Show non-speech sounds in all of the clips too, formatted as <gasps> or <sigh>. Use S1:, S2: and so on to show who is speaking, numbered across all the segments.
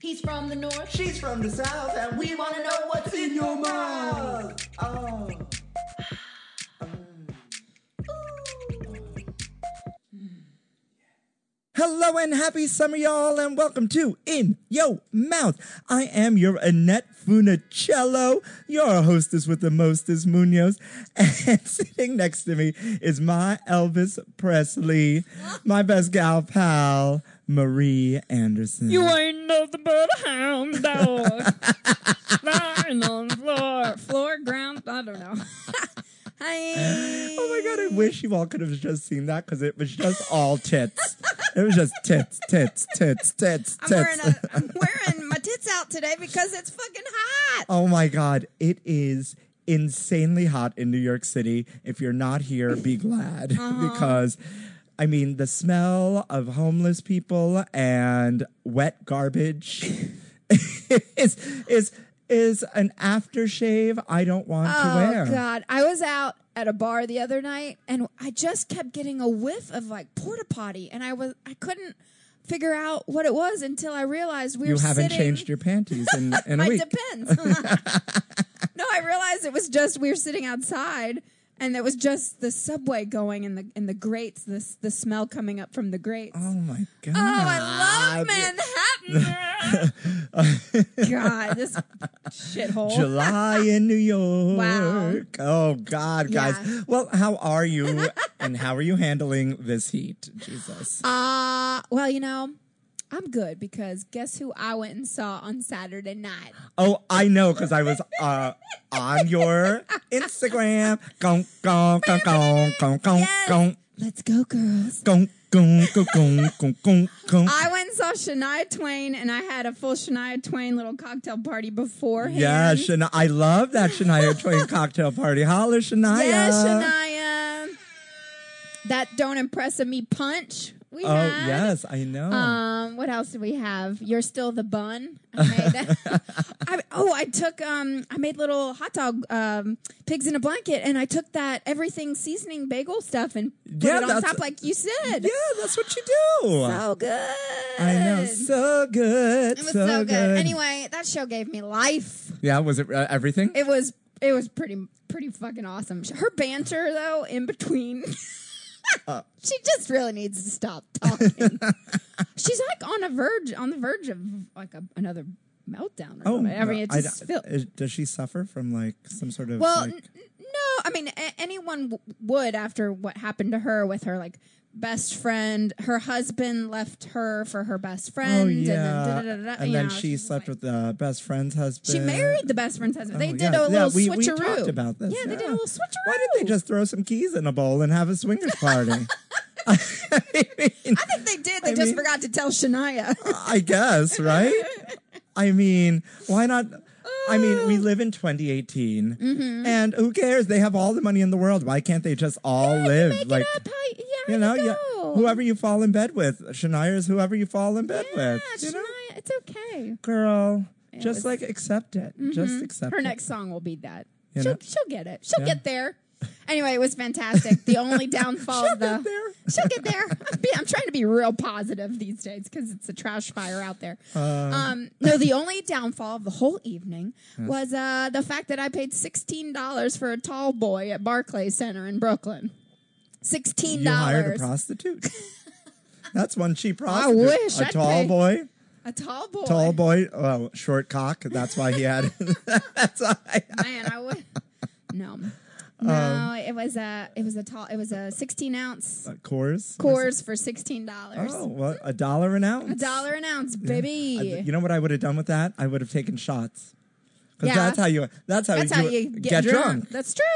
S1: He's from the north.
S2: She's from the south, and we want to know what's in your mouth. Oh. Hello and happy summer, y'all, and welcome to In Yo Mouth. I am your Annette Funicello, your hostess with the mostest Munoz, <laughs> and sitting next to me is my Elvis Presley, my best gal pal, Marie Anderson.
S3: You ain't nothing but a hound dog. Lying on the floor. Floor, ground, I don't know. <laughs> Hi.
S2: <laughs> Oh my god, I wish you all could have just seen that because it was just all tits. it was just tits, tits, tits, tits,
S3: I'm wearing,
S2: tits.
S3: a, I'm wearing my tits out today because it's fucking hot.
S2: oh my god, it is insanely hot in New York City. If you're not here, be glad
S3: Uh-huh.
S2: because I mean, the smell of homeless people and wet garbage <laughs> is is is an aftershave I don't want to wear.
S4: Oh God! I was out at a bar the other night, and I just kept getting a whiff of like porta potty, and I was I couldn't figure out what it was until I realized we
S2: You
S4: were
S2: haven't
S4: sitting.
S2: changed your panties
S4: <laughs>
S2: in, in a
S4: My
S2: week.
S4: depends. <laughs> no, I realized it was just we were sitting outside, and it was just the subway going and the and the grates, the s- the smell coming up from the grates.
S2: Oh my god!
S4: Oh, I love
S2: <laughs>
S4: Manhattan. God, this shithhole.
S2: July in New York.
S4: <laughs> Wow.
S2: Oh God, guys.
S4: Yeah.
S2: Well, how are
S4: <laughs>
S2: you? and how are you handling this heat, Jesus?
S4: Uh, well, you know, I'm good because guess who I went and saw on Saturday night?
S2: Oh, I know because I was uh, on your Instagram. Gong gong gong gong gong gong
S4: Yes.
S2: gong
S4: Let's go, girls.
S2: gong gong gong gong gong gong gong.
S4: I went and saw Shania Twain, and I had a full Shania Twain little cocktail party beforehand.
S2: Yeah, Shania. I love that Shania Twain cocktail party. Holla, Shania.
S4: Yeah, Shania. That don't impress a me punch. We
S2: Oh
S4: had.
S2: yes, I know.
S4: Um, what else do we have? You're still the bun.
S2: <laughs>
S4: I made that. <laughs> I, oh, I took um, I made little hot dog um, pigs in a blanket, and I took that everything seasoning bagel stuff and put
S2: Yeah,
S4: it on
S2: that's-
S4: top, like you said.
S2: yeah, that's what you do.
S4: So good.
S2: I know, so good.
S4: It was so, good. Anyway, that show gave me life.
S2: yeah, was it uh, everything?
S4: It was it was pretty pretty fucking awesome. Her banter though, in between. <laughs>
S2: Uh.
S4: She just really needs to stop talking.
S2: <laughs>
S4: She's like on a verge, on the verge of like a, another meltdown. Or oh, I mean, it
S2: I
S4: just
S2: don't-
S4: feel-
S2: is- does she suffer from like some sort of
S4: well,
S2: like-
S4: n- n- no, I mean a- anyone w- would after what happened to her with her like best friend. Her husband left her for her best friend.
S2: oh
S4: and
S2: yeah,
S4: then da-da-da-da-da,
S2: and
S4: you
S2: then
S4: know,
S2: she
S4: she's
S2: slept with
S4: like-
S2: the best friend's husband.
S4: She married the best friend's husband. they
S2: Uh, Oh,
S4: did
S2: yeah.
S4: a
S2: Yeah,
S4: little
S2: we- we
S4: switcheroo.
S2: talked about this,
S4: Yeah, they did
S2: yeah.
S4: a little switcheroo.
S2: Why didn't they just throw some keys in a bowl and have a swingers
S4: <laughs>
S2: party? I mean,
S4: I think they did. They
S2: I
S4: just
S2: mean-
S4: forgot to tell Shania.
S2: <laughs> I guess,
S4: <laughs>
S2: right? I mean, why not? I mean,
S4: Oh.
S2: we live in 2018,
S4: Mm-hmm.
S2: and who cares? They have all the money in the world. Why can't they just
S4: <laughs>
S2: all live
S4: Make
S2: like
S4: it up. How, yeah,
S2: you know, yeah, whoever you fall in bed with, Shania is whoever you fall in bed
S4: Yeah,
S2: with. You know,
S4: Shania, it's okay.
S2: girl, just
S4: was- Mm-hmm.
S2: like accept it, just accept
S4: Her
S2: it.
S4: next song will be that.
S2: You
S4: she'll,
S2: know?
S4: she'll get it. She'll
S2: Yeah.
S4: get there. Anyway, it was fantastic. The
S2: <laughs>
S4: only downfall
S2: She'll
S4: of the
S2: get there.
S4: she'll get there. <laughs> I'm, be- I'm trying to be real positive these days because it's a trash fire out there.
S2: Uh,
S4: um, no, the only downfall of the whole evening was uh, the fact that I paid sixteen dollars for a tall boy at Barclay Center in Brooklyn. Sixteen
S2: You hired a
S4: dollars.
S2: prostitute.
S4: <laughs>
S2: That's one cheap
S4: I
S2: prostitute.
S4: wish
S2: a
S4: I'd
S2: tall
S4: pay-
S2: boy,
S4: A tall boy.
S2: tall boy, oh, short cock. That's why he had. <laughs> that's why.
S4: <laughs> Man, I would.
S2: <laughs>
S4: No,
S2: Um,
S4: no, it was a it was a tall it was a sixteen ounce
S2: Uh, Coors.
S4: Coors for sixteen dollars.
S2: Oh, well, a dollar an ounce.
S4: A dollar an ounce,
S2: I-
S4: baby.
S2: you know what I would have done with that? I would have taken shots. Because
S4: Yeah.
S2: that's how you. That's how
S4: That's
S2: you,
S4: how
S2: do it-
S4: you get, drunk.
S2: drunk.
S4: That's true.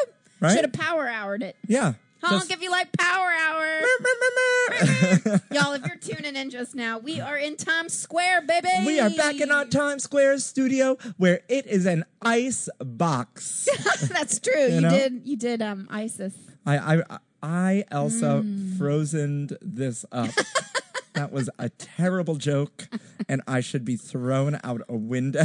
S2: Right?
S4: Should have power houred it.
S2: Yeah.
S4: Honk
S2: Just-
S4: if you like power hour. Y'all, if you're tuning in just now, we are in Times Square, baby.
S2: <laughs> We are back in
S4: <laughs>
S2: our Times Square studio where it is an ice
S4: <laughs>
S2: box.
S4: That's true. You,
S2: know?
S4: did you did um ISIS.
S2: I, I, I, Elsa,
S4: Mm.
S2: frozened this
S4: <laughs>
S2: up. that was a terrible joke, and I should be thrown out a window.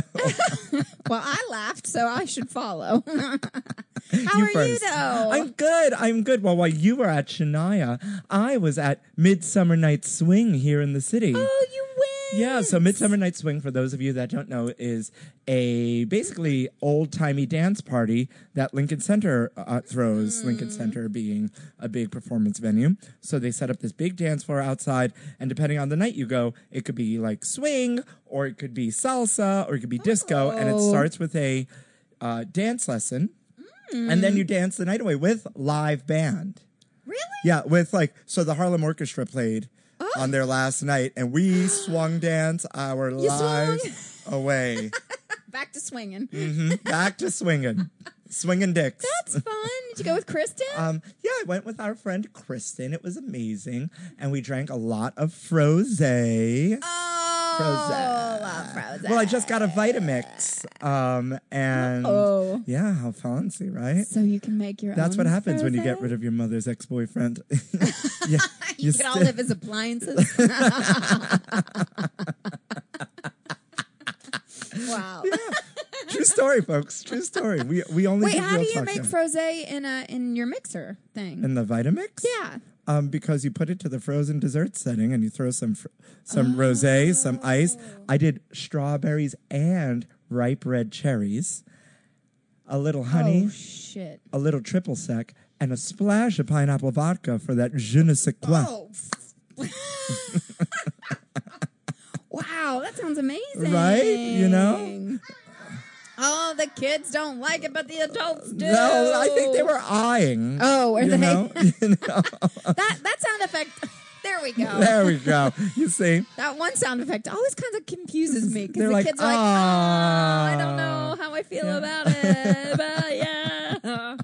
S4: Well, I laughed, so I should follow. <laughs> How are you
S2: first.
S4: though?
S2: I'm good. I'm good. Well, while you were at Shania, I was at Midsummer Night Swing here in the city.
S4: oh, you win.
S2: Yeah, so Midsummer Night's Swing, for those of you that don't know, is a basically old timey dance party that Lincoln Center uh,
S4: Hmm.
S2: throws. Lincoln Center being a big performance venue, so they set up this big dance floor outside, and depending on the night you go, it could be like swing, or it could be salsa, or it could be disco, and it
S4: Oh.
S2: starts with a uh, dance lesson, and then you dance the night away with live band.
S4: Mm-hmm. Really? Oh.
S2: Yeah, with like so the Harlem Orchestra played on their last night, and
S4: <gasps>
S2: we swung dance our lives
S4: <laughs>
S2: away.
S4: Back to swinging.
S2: Mhm. Back to swinging, swinging dicks.
S4: That's fun. Did you go with Kristen?
S2: um, yeah, I went with our friend Kristen. It was amazing, and we drank a lot of froze.
S4: oh, love Frozen.
S2: Well, I just got a Vitamix, um, and
S4: Oh.
S2: yeah, how fancy, right?
S4: So you can make your
S2: That's
S4: own
S2: what happens when you get
S4: Frozen?
S2: rid of your mother's
S4: <laughs>
S2: ex-boyfriend. <laughs> yeah.
S4: you
S2: You
S4: get all
S2: still-
S4: of
S2: <laughs>
S4: his appliances. <laughs> wow.
S2: True story, folks. True story. We we only
S4: Wait,
S2: give
S4: how
S2: real
S4: do you
S2: talk
S4: make
S2: here.
S4: frosé in a in your mixer thing?
S2: in the Vitamix?
S4: yeah.
S2: Um, because you put it to the frozen dessert setting and you throw some fr- some rosé, some ice.
S4: Oh.
S2: I did strawberries and ripe red cherries, a little honey,
S4: Oh shit.
S2: a little triple sec, and a splash of pineapple vodka for that je ne sais quoi.
S4: Oh. <laughs> wow, that sounds amazing.
S2: Right? You know?
S4: Oh, the kids don't like it, but the adults do.
S2: No, I think they were eyeing.
S4: Oh, were
S2: you
S4: they? <laughs>
S2: know? <laughs> You know?
S4: That that sound effect. There we go.
S2: There we go. You see.
S4: That one sound effect always kind of confuses me because
S2: They're
S4: the
S2: like,
S4: kids are like, "Oh, I don't
S2: "Ah."
S4: know how I feel about it,
S2: <laughs>
S4: but yeah."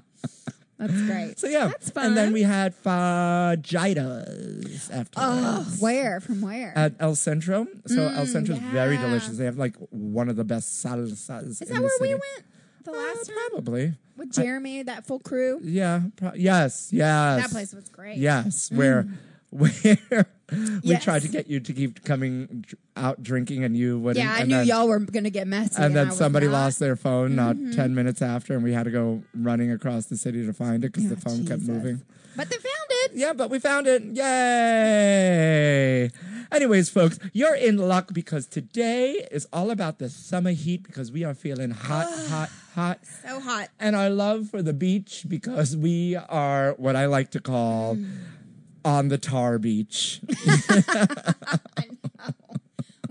S4: That's great.
S2: So yeah,
S4: That's
S2: and then
S4: fun.
S2: we had fajitas after.
S4: Oh, where from where?
S2: at El Centro. So El Centro is very
S4: Mm, yeah.
S2: delicious. They have like one of the best salsas.
S4: Is
S2: in
S4: that
S2: the
S4: where we
S2: city.
S4: went the last
S2: Uh,
S4: time
S2: probably.
S4: with Jeremy? that full crew.
S2: Yeah. Pro- yes. Yes.
S4: That place was great. Mm.
S2: Yes, where <laughs> where we
S4: Yes.
S2: tried to get you to keep coming dr- out drinking, and you wouldn't.
S4: Yeah, I
S2: and
S4: knew
S2: then,
S4: y'all were gonna Mm-hmm. get messy.
S2: And
S4: I
S2: then
S4: was
S2: somebody
S4: not.
S2: lost their phone not ten minutes after, and we had to go running across the city to find it because
S4: Oh,
S2: the phone kept
S4: Jesus.
S2: moving.
S4: But they found it.
S2: Yeah, but we found it. Yay! Anyways, folks, you're in luck because today is all about the summer heat because we are feeling
S4: <sighs>
S2: hot, hot, hot.
S4: So hot. <laughs>
S2: And our love for the beach because we are what I like to call
S4: Mm.
S2: on the tar
S4: <laughs>
S2: beach.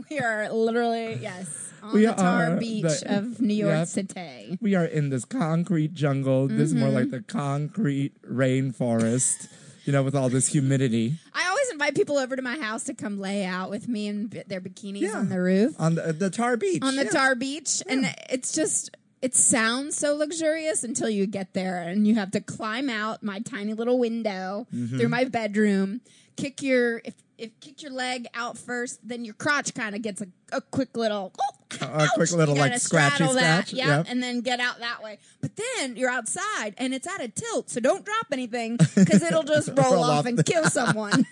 S4: We are literally yes on
S2: We
S4: the tar
S2: are
S4: beach
S2: the-
S4: of New York
S2: yep.
S4: City.
S2: we are in this concrete jungle. This is more like
S4: Mm-hmm.
S2: the concrete rainforest, you know, with all this humidity.
S4: I always invite people over to my house to come lay out with me in b- their bikinis
S2: Yeah.
S4: on the roof
S2: On the, the tar beach.
S4: on the
S2: yeah.
S4: tar beach, and it's just it sounds so luxurious until you get there and you have to climb out my tiny little window
S2: Mm-hmm.
S4: through my bedroom, kick your if if kick your leg out first, then your crotch kind of gets a, a quick little. oh,
S2: A quick
S4: ouch!
S2: little,
S4: You
S2: like,
S4: gotta
S2: scratchy
S4: straddle that,
S2: scratch,
S4: yeah,
S2: yep.
S4: and then get out that way. But then you're outside and it's at a tilt, so don't drop
S2: <laughs>
S4: anything because it'll just roll,
S2: Roll
S4: off
S2: off
S4: and kill someone.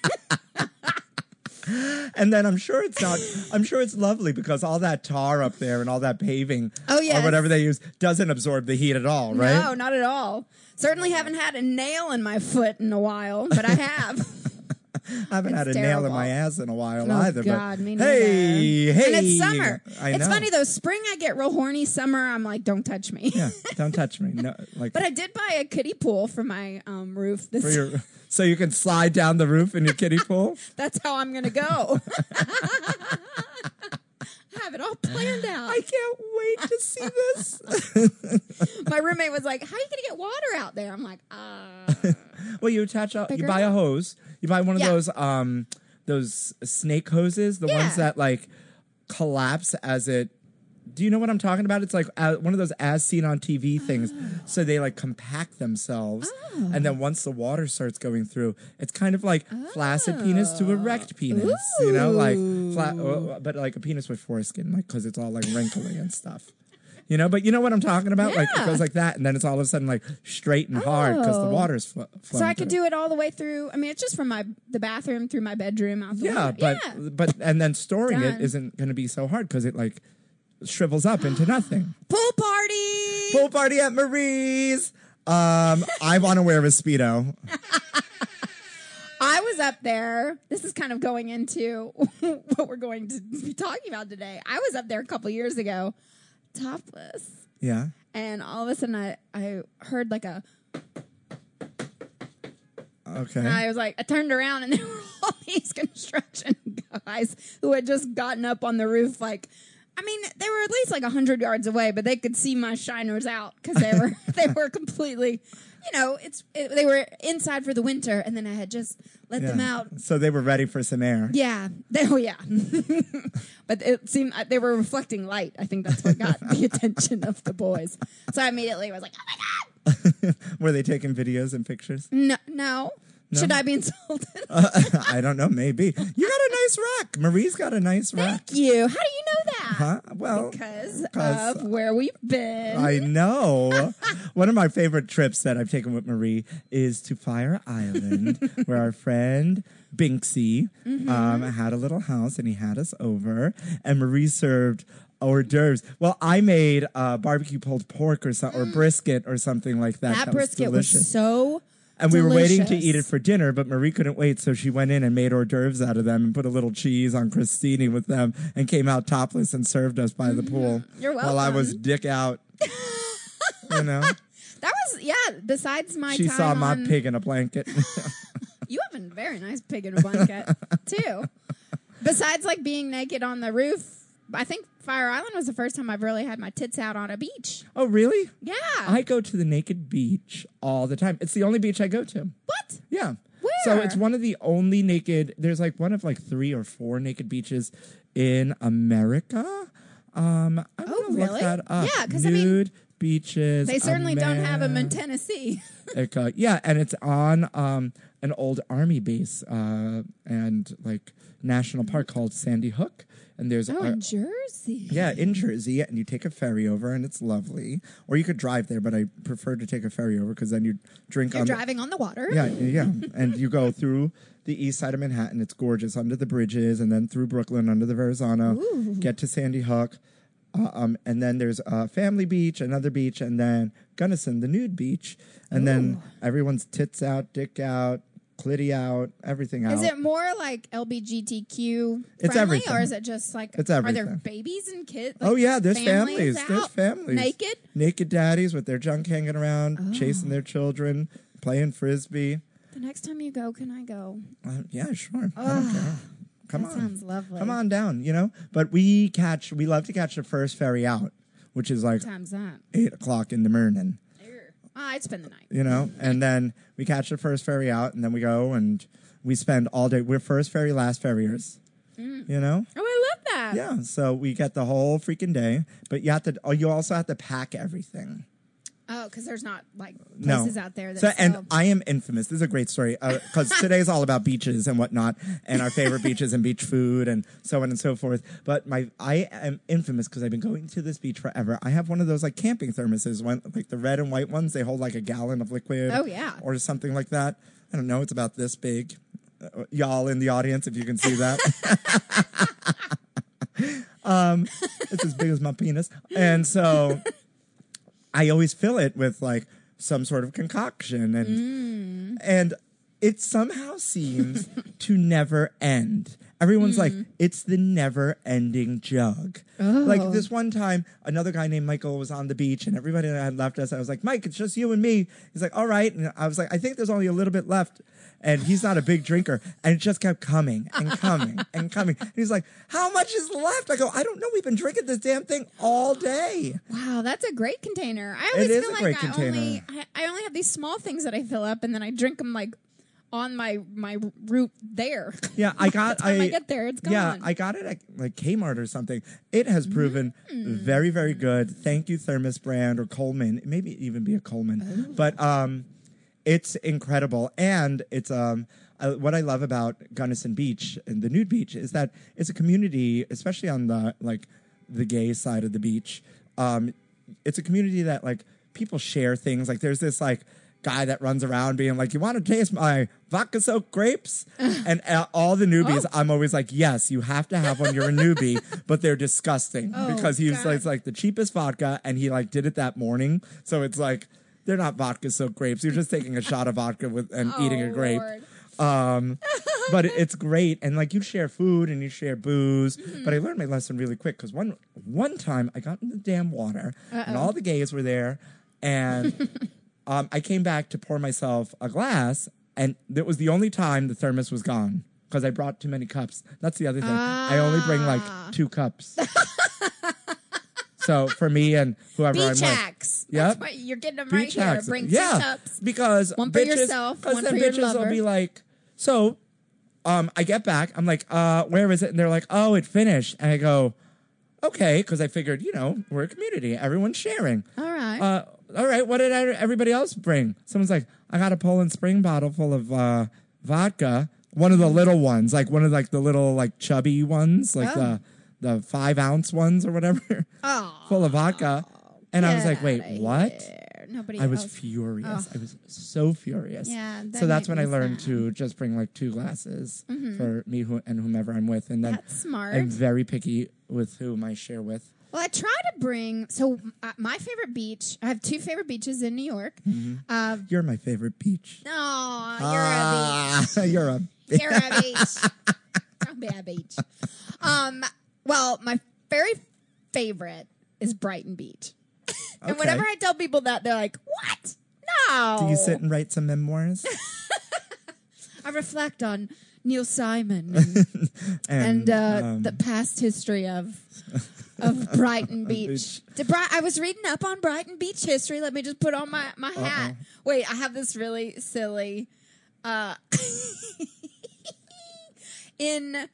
S2: And then I'm sure it's not. I'm sure it's lovely because all that tar up there and all that paving,
S4: Oh,
S2: or
S4: yes.
S2: whatever they use, doesn't absorb the heat at all, <laughs> right?
S4: No, not at all. Certainly haven't had a nail in my foot in a while, but I have.
S2: I haven't had a
S4: it's
S2: nail in
S4: terrible.
S2: my ass in a while
S4: Oh,
S2: either.
S4: God,
S2: but
S4: me
S2: hey,
S4: neither.
S2: hey,
S4: and it's summer.
S2: I
S4: it's
S2: know.
S4: funny though. Spring, I get real horny. Summer, I'm like, don't touch me.
S2: Yeah, don't touch me. No, like
S4: <laughs> But I did buy a kiddie pool for my um, roof. This
S2: for your, so you can slide down the roof in your kiddie pool.
S4: <laughs> that's how I'm
S2: <laughs>
S4: gonna go. <laughs> I have it all planned out.
S2: I can't wait to see <laughs> this.
S4: my roommate was like, "How are you gonna get water out there?" I'm like, "Ah,
S2: <laughs> well, you attach a, you
S4: Bigger?
S2: buy a hose. You buy one of
S4: Yeah.
S2: those um those snake hoses, the ones
S4: Yeah.
S2: that like collapse as it. Do you know what I'm talking about? It's like uh, one of those as seen on TV things.
S4: Ah.
S2: So they like compact themselves, and then once the water starts going through, it's kind of like flaccid penis to
S4: Ah.
S2: erect penis. You know, like flat, uh, but like a penis with foreskin, like because it's all like wrinkly and stuff. You know, but you know what I'm talking about? Like it
S4: Yeah.
S2: goes like that, and then it's all of a sudden like straight and hard because the
S4: Oh.
S2: water's fl- flowing.
S4: so I could
S2: through.
S4: do it all the way through. I mean, it's just from my the bathroom through my bedroom out the
S2: Yeah,
S4: window.
S2: but
S4: yeah,
S2: but and then storing
S4: Done.
S2: it isn't going to be so hard because it like shrivels up
S4: <gasps>
S2: into nothing.
S4: pool party.
S2: Pool party at Marie's. Um, I want to wear a speedo.
S4: I was up there. This is kind of going into <laughs> what we're going to be talking about today. I was up there a couple years ago, topless,
S2: Yeah.
S4: and all of a sudden I, I heard like a.
S2: Okay.
S4: I was like, I turned around and <laughs> there were all these construction guys who had just gotten up on the roof. Like, I mean, they were at least like hundred yards away, but they could see my shiners out because they were <laughs> they were completely, you know, it's it, they were inside for the winter, and then I had just let them
S2: Yeah.
S4: out.
S2: So they were ready for some air.
S4: Yeah. <laughs> They, oh, yeah. but it seemed uh, they were reflecting light. I think that's what
S2: <laughs>
S4: got the attention of the boys. So I immediately was like, oh my God.
S2: Were they taking videos and pictures?
S4: No, no. Should I be insulted?
S2: <laughs>
S4: <laughs>
S2: Uh-huh. I don't know. Maybe you got a nice rack. Marie's got a nice rack.
S4: Thank you. How do you know that?
S2: Huh? Well,
S4: Because
S2: 'Cause
S4: of where we've been.
S2: Uh-huh. I know. One of my favorite trips that I've taken with Marie is to Fire
S4: <laughs>
S2: Island, where our friend Binksy
S4: Mm-hmm.
S2: um, had a little house and he had us over, and Marie served hors d'oeuvres. Well, I made uh, barbecue pulled pork or so, or brisket or something like that.
S4: Mm. that brisket was, so.
S2: and we were waiting to eat it
S4: delicious.
S2: for dinner, but Marie couldn't wait, so she went in and made hors d'oeuvres out of them and put a little cheese on crostini with them and came out topless and served us by the pool.
S4: Mm-hmm. You're
S2: While I was dick
S4: <laughs>
S2: out. you know?
S4: That was yeah. Besides my
S2: She
S4: time
S2: saw my
S4: on-
S2: pig in a blanket. <laughs>
S4: You have a very nice pig in a blanket too. Besides, like being naked on the roof, I think Fire Island was the first time I've really had my tits out on a beach.
S2: oh, really?
S4: Yeah.
S2: I go to the naked beach all the time. It's the only beach I go to.
S4: what?
S2: Yeah. So
S4: Where?
S2: it's one of the only naked. There's like one of like three or four naked beaches in America. Um, I
S4: Oh,
S2: wanna
S4: really?
S2: Look that up.
S4: Yeah, 'cause I mean,
S2: nude beaches.
S4: They certainly don't have them in
S2: America. <laughs>
S4: Tennessee.
S2: yeah, and it's on um an old army base uh and like national park called Sandy Hook. And there's
S4: Oh,
S2: a-
S4: in Jersey.
S2: yeah, in Jersey, and you take a ferry over, and it's lovely. Or you could drive there, but I prefer to take a ferry over because then you drink
S4: You're
S2: on. the-
S4: driving on the water.
S2: yeah, yeah, and you go through the east side of Manhattan. It's gorgeous under the bridges, and then through Brooklyn under the Verrazano. Get to Sandy Hook, uh, um, and then there's uh, Family Beach, another beach, and then Gunnison, the nude beach, and then everyone's tits out, dick out, clitty out, everything out.
S4: Is it more like LBGTQ
S2: It's
S4: friendly,
S2: everything.
S4: or is it just like
S2: It's
S4: Are there
S2: everything.
S4: babies and kids?
S2: Oh
S4: like,
S2: yeah, there's families.
S4: out
S2: There's families.
S4: naked. Oh.
S2: naked daddies with their junk hanging around, chasing their children, playing frisbee.
S4: The next time you go, can I go?
S2: Uh, yeah, sure. I don't care. Come
S4: that
S2: on,
S4: sounds lovely.
S2: come on down. You know, but we catch. We love to catch the first ferry out, which is like
S4: Times that.
S2: eight o'clock in the morning.
S4: Ah, I'd spend the night.
S2: You know, and then we catch the first ferry out, and then we go and we spend all day. We're first ferry, last ferriers. You know.
S4: Oh, I love that.
S2: Yeah, so we get the whole freaking day, but you have to. Oh, you also have to pack everything.
S4: Oh, because there's not like
S2: no.
S4: places out there that
S2: so,
S4: sell-
S2: and I am infamous. This is a great story
S4: <laughs>
S2: because today's all about beaches and whatnot, and our favorite beaches and beach food and so on and so forth. But my I am infamous because I've been going to this beach forever. I have one of those like camping thermoses, one like the red and white ones. They hold like a gallon of liquid.
S4: Oh, yeah.
S2: or something like that. I don't know. It's about this big. Uh, y'all in the audience, if you can see that. <laughs> Um, it's as big as my penis. And so I always fill it with like some sort of concoction and and it somehow seems to never end. Everyone's like, it's the never ending jug. Like this one time, another guy named Michael was on the beach and everybody had left us. I was like, Mike, it's just you and me. He's like, all right. And I was like, I think there's only a little bit left. And he's not a big drinker. And it just kept coming and coming and coming. And he's like, how much is left? I go, I don't know. We've been drinking this damn thing all day.
S4: wow, that's a great container. I always
S2: is
S4: feel
S2: a
S4: like
S2: great
S4: I
S2: container.
S4: only I, I only have these small things that I fill up, and then I drink them like on my my route there.
S2: Yeah, I got.
S4: time
S2: I,
S4: I get there, it's
S2: Yeah,
S4: gone.
S2: I got it at like Kmart or something. It has proven very, very good. Thank you, Thermos brand or Coleman. Maybe even be a Coleman, but um, it's incredible, and it's um. I, what I love about Gunnison Beach and the nude beach is that it's a community, especially on the like the gay side of the beach. Um, it's a community that like people share things. Like there's this like guy that runs around being like, "You want to taste my vodka soaked grapes?" and uh, all the newbies, I'm always like, "Yes, you have to have one. You're a newbie," but they're disgusting
S4: Oh,
S2: because he was
S4: God.
S2: like, it's like the cheapest vodka, and he like did it that morning. So it's like they're not vodka soaked grapes. You're just taking a shot of vodka with and <laughs> eating a
S4: Oh,
S2: grape.
S4: Lord.
S2: Um, but it- it's great, and like you share food and you share booze. But I learned my lesson really quick because one one time I got in the damn water, and all the gays were there, and um, I came back to pour myself a glass, and that was the only time the thermos was gone because I brought too many cups. That's the other thing. I only bring like two cups. so for me and whoever I'm
S4: Beach
S2: with.
S4: hacks.
S2: Yep.
S4: That's what- You're getting them
S2: Beach
S4: right
S2: hacks.
S4: here. Bring
S2: yeah,
S4: two cups.
S2: Because
S4: One for
S2: bitches-
S4: yourself,
S2: 'cause
S4: one
S2: then
S4: for your
S2: bitches will
S4: lover.
S2: be like, so um I get back, I'm like, uh, where is it? And they're like, Oh, it finished. And I go, Okay, because I figured, you know, we're a community, everyone's sharing.
S4: All right.
S2: Uh all right, what did I, everybody else bring? Someone's like, I got a Poland Spring bottle full of uh, vodka, one of the
S4: Mm-hmm.
S2: little ones, like one of like the little like chubby ones, like
S4: Oh.
S2: the the five ounce ones or whatever, <laughs>
S4: oh,
S2: full of vodka. And I was
S4: get
S2: like, wait,
S4: outta
S2: what?
S4: here. Nobody.
S2: I was
S4: else.
S2: furious. I was so furious.
S4: Oh. Yeah, that
S2: so that's
S4: made
S2: when I
S4: me
S2: learned
S4: sad.
S2: to just bring like two glasses for me who, and whomever I'm with, and then
S4: That's smart.
S2: I'm very picky with whom I share with.
S4: Well, I try to bring. So uh, my favorite beach. I have two favorite beaches in New York.
S2: Mm-hmm.
S4: Uh,
S2: You're my favorite peach.
S4: oh, you're a
S2: Ah,
S4: beach.
S2: you're a beach.
S4: You're a beach. Don't be a beach. Um, well, my very favorite is Brighton Beach. And whenever I tell people that, they're like, "What? No."
S2: do you sit and write some
S4: <laughs>
S2: memoirs?
S4: I reflect on Neil Simon and, <laughs> and uh,
S2: um,
S4: the past history of <laughs> of Brighton Beach. Did Bri- I was reading up on Brighton Beach history. Let me just put on my my hat. Wait, I have this really silly. Uh, <laughs> in.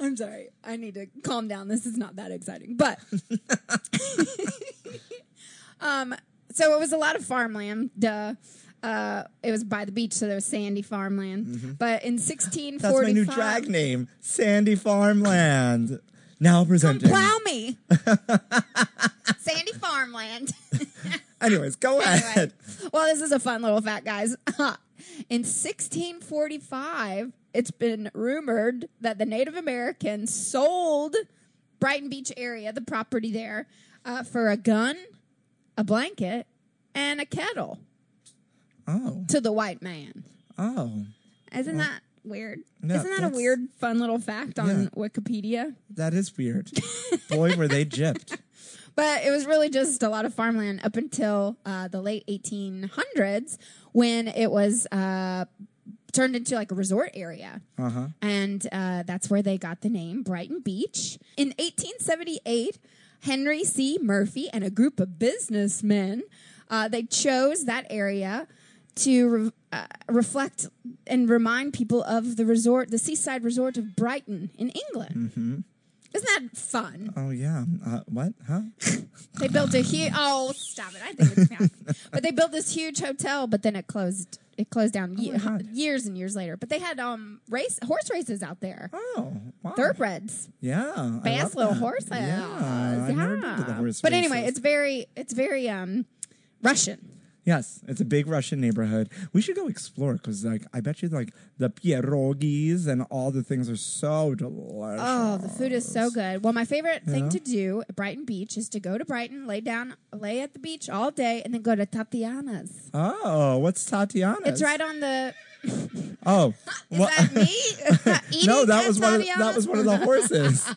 S4: I'm sorry. I need to calm down. This is not that exciting, but <laughs> um, so it was a lot of farmland. Duh. Uh, it was by the beach, so there was sandy farmland. But in
S2: Mm-hmm.
S4: 1645,
S2: that's my new drag name, Sandy Farmland. Now presenting.
S4: Plow me, <laughs> sandy farmland. <laughs>
S2: Anyways, go
S4: anyway,
S2: ahead.
S4: well, this is a fun little fact, guys. <laughs> In 1645, it's been rumored that the Native Americans sold Brighton Beach area, the property there, uh, for a gun, a blanket, and a kettle
S2: Oh,
S4: to the white man.
S2: oh,
S4: Isn't that weird?
S2: no,
S4: Isn't that a
S2: that's-
S4: weird, fun little fact on
S2: Yeah.
S4: Wikipedia?
S2: that is weird.
S4: <laughs>
S2: Boy, were they gypped.
S4: But it was really just a lot of farmland up until uh, the late 1800s when it was uh, turned into like a resort area.
S2: Uh huh.
S4: And uh, that's where they got the name Brighton Beach. In 1878, Henry C. Murphy and a group of businessmen uh, they chose that area to re- uh, reflect and remind people of the resort, the seaside resort of Brighton in England. Isn't that fun?
S2: Oh yeah. Uh, what? Huh?
S4: They built a huge. Oh, stop it! I think it's
S2: <laughs>
S4: nasty. but they built this huge hotel, but then it closed. It closed down ye-
S2: Oh God.
S4: years and years later. But they had um race horse races out there,
S2: Oh, wow.
S4: thoroughbreds,
S2: Yeah. I love
S4: fast little
S2: that.
S4: horses.
S2: Yeah. I've never been to the
S4: Yeah.
S2: horse
S4: But anyway,
S2: races.
S4: it's very it's very um Russian.
S2: Yes, it's a big Russian neighborhood. We should go explore because, like, I bet you, like, the pierogies and all the things are so delicious.
S4: Oh, the food is so good. Well, my favorite thing to do at Brighton Beach is to go to Brighton, lay down, lay at the beach all day, and then go to Tatiana's.
S2: Oh, what's Tatiana?
S4: It's right on the.
S2: Oh,
S4: <laughs> Is
S2: well-
S4: that me?
S2: <laughs>
S4: Eating
S2: no, that
S4: at
S2: was one. Of, that
S4: Tatiana's?
S2: was one of the horses.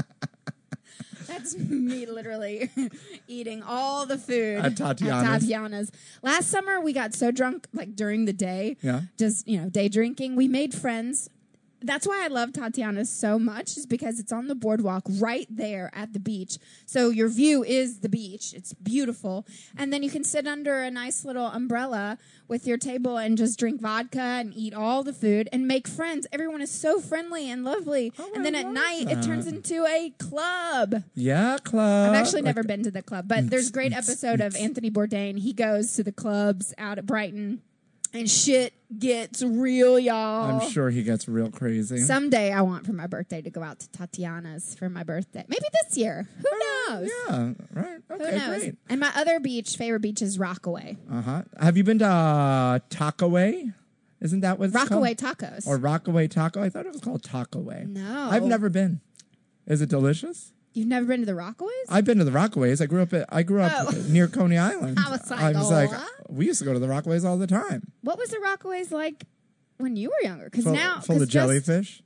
S4: <laughs> That's me literally <laughs> eating all the food
S2: At Tatiana's.
S4: Tatiana's. Last summer, we got so drunk, like during the day,
S2: Yeah.
S4: just, you know, day drinking. We made friends. That's why I love Tatiana's so much, is because it's on the boardwalk right there at the beach. So your view is the beach. It's beautiful. And then you can sit under a nice little umbrella with your table and just drink vodka and eat all the food and make friends. Everyone is so friendly and lovely. and then
S2: Oh, I
S4: at
S2: love
S4: night, it
S2: that.
S4: turns into a club.
S2: yeah, club.
S4: I've actually never been to the club, but there's a great episode of Anthony Bourdain. He goes to the clubs out at Brighton, and shit gets real, y'all.
S2: I'm sure he gets real crazy.
S4: Someday I want for my birthday to go out to Tatiana's for my birthday. Maybe this year. Who knows?
S2: Oh, yeah. Right.
S4: Who
S2: Okay.
S4: knows?
S2: Great.
S4: And my other beach, favorite beach is Rockaway.
S2: Uh huh. Have you been to uh, Takaway? Isn't that what it's
S4: Rockaway
S2: called?
S4: Tacos.
S2: or Rockaway Taco? I thought it was called Takaway.
S4: No.
S2: I've never been. Is it delicious?
S4: You've never been to the Rockaways?
S2: I've been to the Rockaways. I grew up at, I grew up
S4: Oh.
S2: near Coney Island.
S4: <laughs> I was like, "What?"
S2: we used to go to the Rockaways all the time.
S4: What was the Rockaways like when you were younger? Because
S2: Full,
S4: now,
S2: full
S4: 'cause
S2: of
S4: just- <laughs>
S2: jellyfish.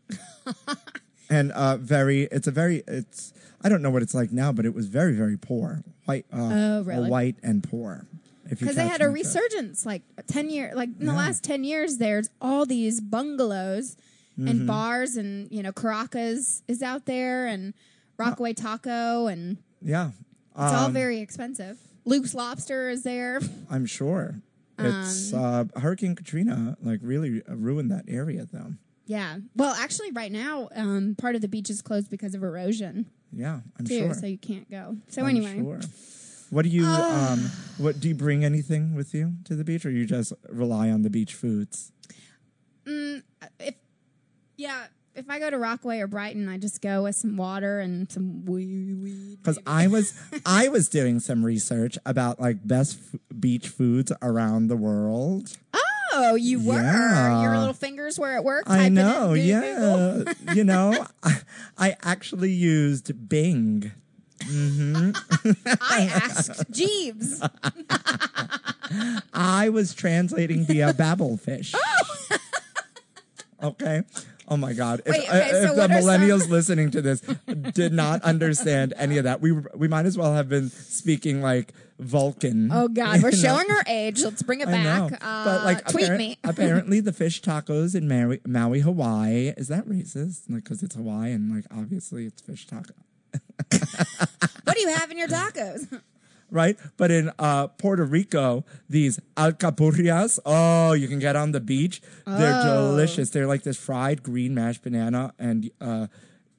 S2: and uh, very, it's a very, it's I don't know what it's like now, but it was very, very poor. White, uh,
S4: Oh, really?
S2: white and poor. If you
S4: because they
S2: catch
S4: had a
S2: my drift.
S4: resurgence like 10 year like in the last 10 years there's all these bungalows
S2: Mm-hmm.
S4: and bars and you know caracas is out there and rockaway taco and
S2: Yeah,
S4: it's all
S2: Um,
S4: very expensive luke's lobster is there <laughs>
S2: I'm sure. It's
S4: Um.
S2: uh, Hurricane Katrina like really ruined that area though.
S4: yeah well actually right now um, part of the beach is closed because of erosion
S2: Yeah, I'm
S4: too
S2: sure.
S4: so you can't go so
S2: I'm
S4: anyway
S2: sure.
S4: Uh,
S2: What do you um what do you bring anything with you to the beach or you just rely on the beach foods?
S4: if yeah if i go to rockaway or brighton i just go with some water and some wee weed
S2: Cuz I
S4: <laughs>
S2: was I was doing some research about like best f- beach foods around the world.
S4: Oh, you were. Your
S2: Yeah.
S4: little fingers were at work.
S2: I
S4: typing in
S2: know.
S4: Goo- Google.
S2: Yeah. you
S4: <laughs>
S2: know, I, I actually used Bing.
S4: <laughs> I asked Jeeves.
S2: I was translating uh, via
S4: <laughs>
S2: Babelfish. okay. Oh my God! If,
S4: Oh. Wait, okay, so
S2: if the
S4: what are some-
S2: millennials listening to this did not understand any of that, we were- we might as well have been speaking like Vulcan.
S4: Oh
S2: <laughs>
S4: God, we're
S2: You know?
S4: showing our age. Let's bring it
S2: I know.
S4: back. Uh, tweet
S2: appar-
S4: <laughs> me.
S2: apparently, the fish tacos in Maui, Maui, Hawaii. Is that racist? Because it's Hawaii, and like obviously it's fish taco,
S4: What do you have in your tacos?
S2: right? But in uh, Puerto Rico, these alcapurrias. Oh, you can get on the beach. They're
S4: Oh.
S2: delicious. They're like this fried green mashed banana and uh,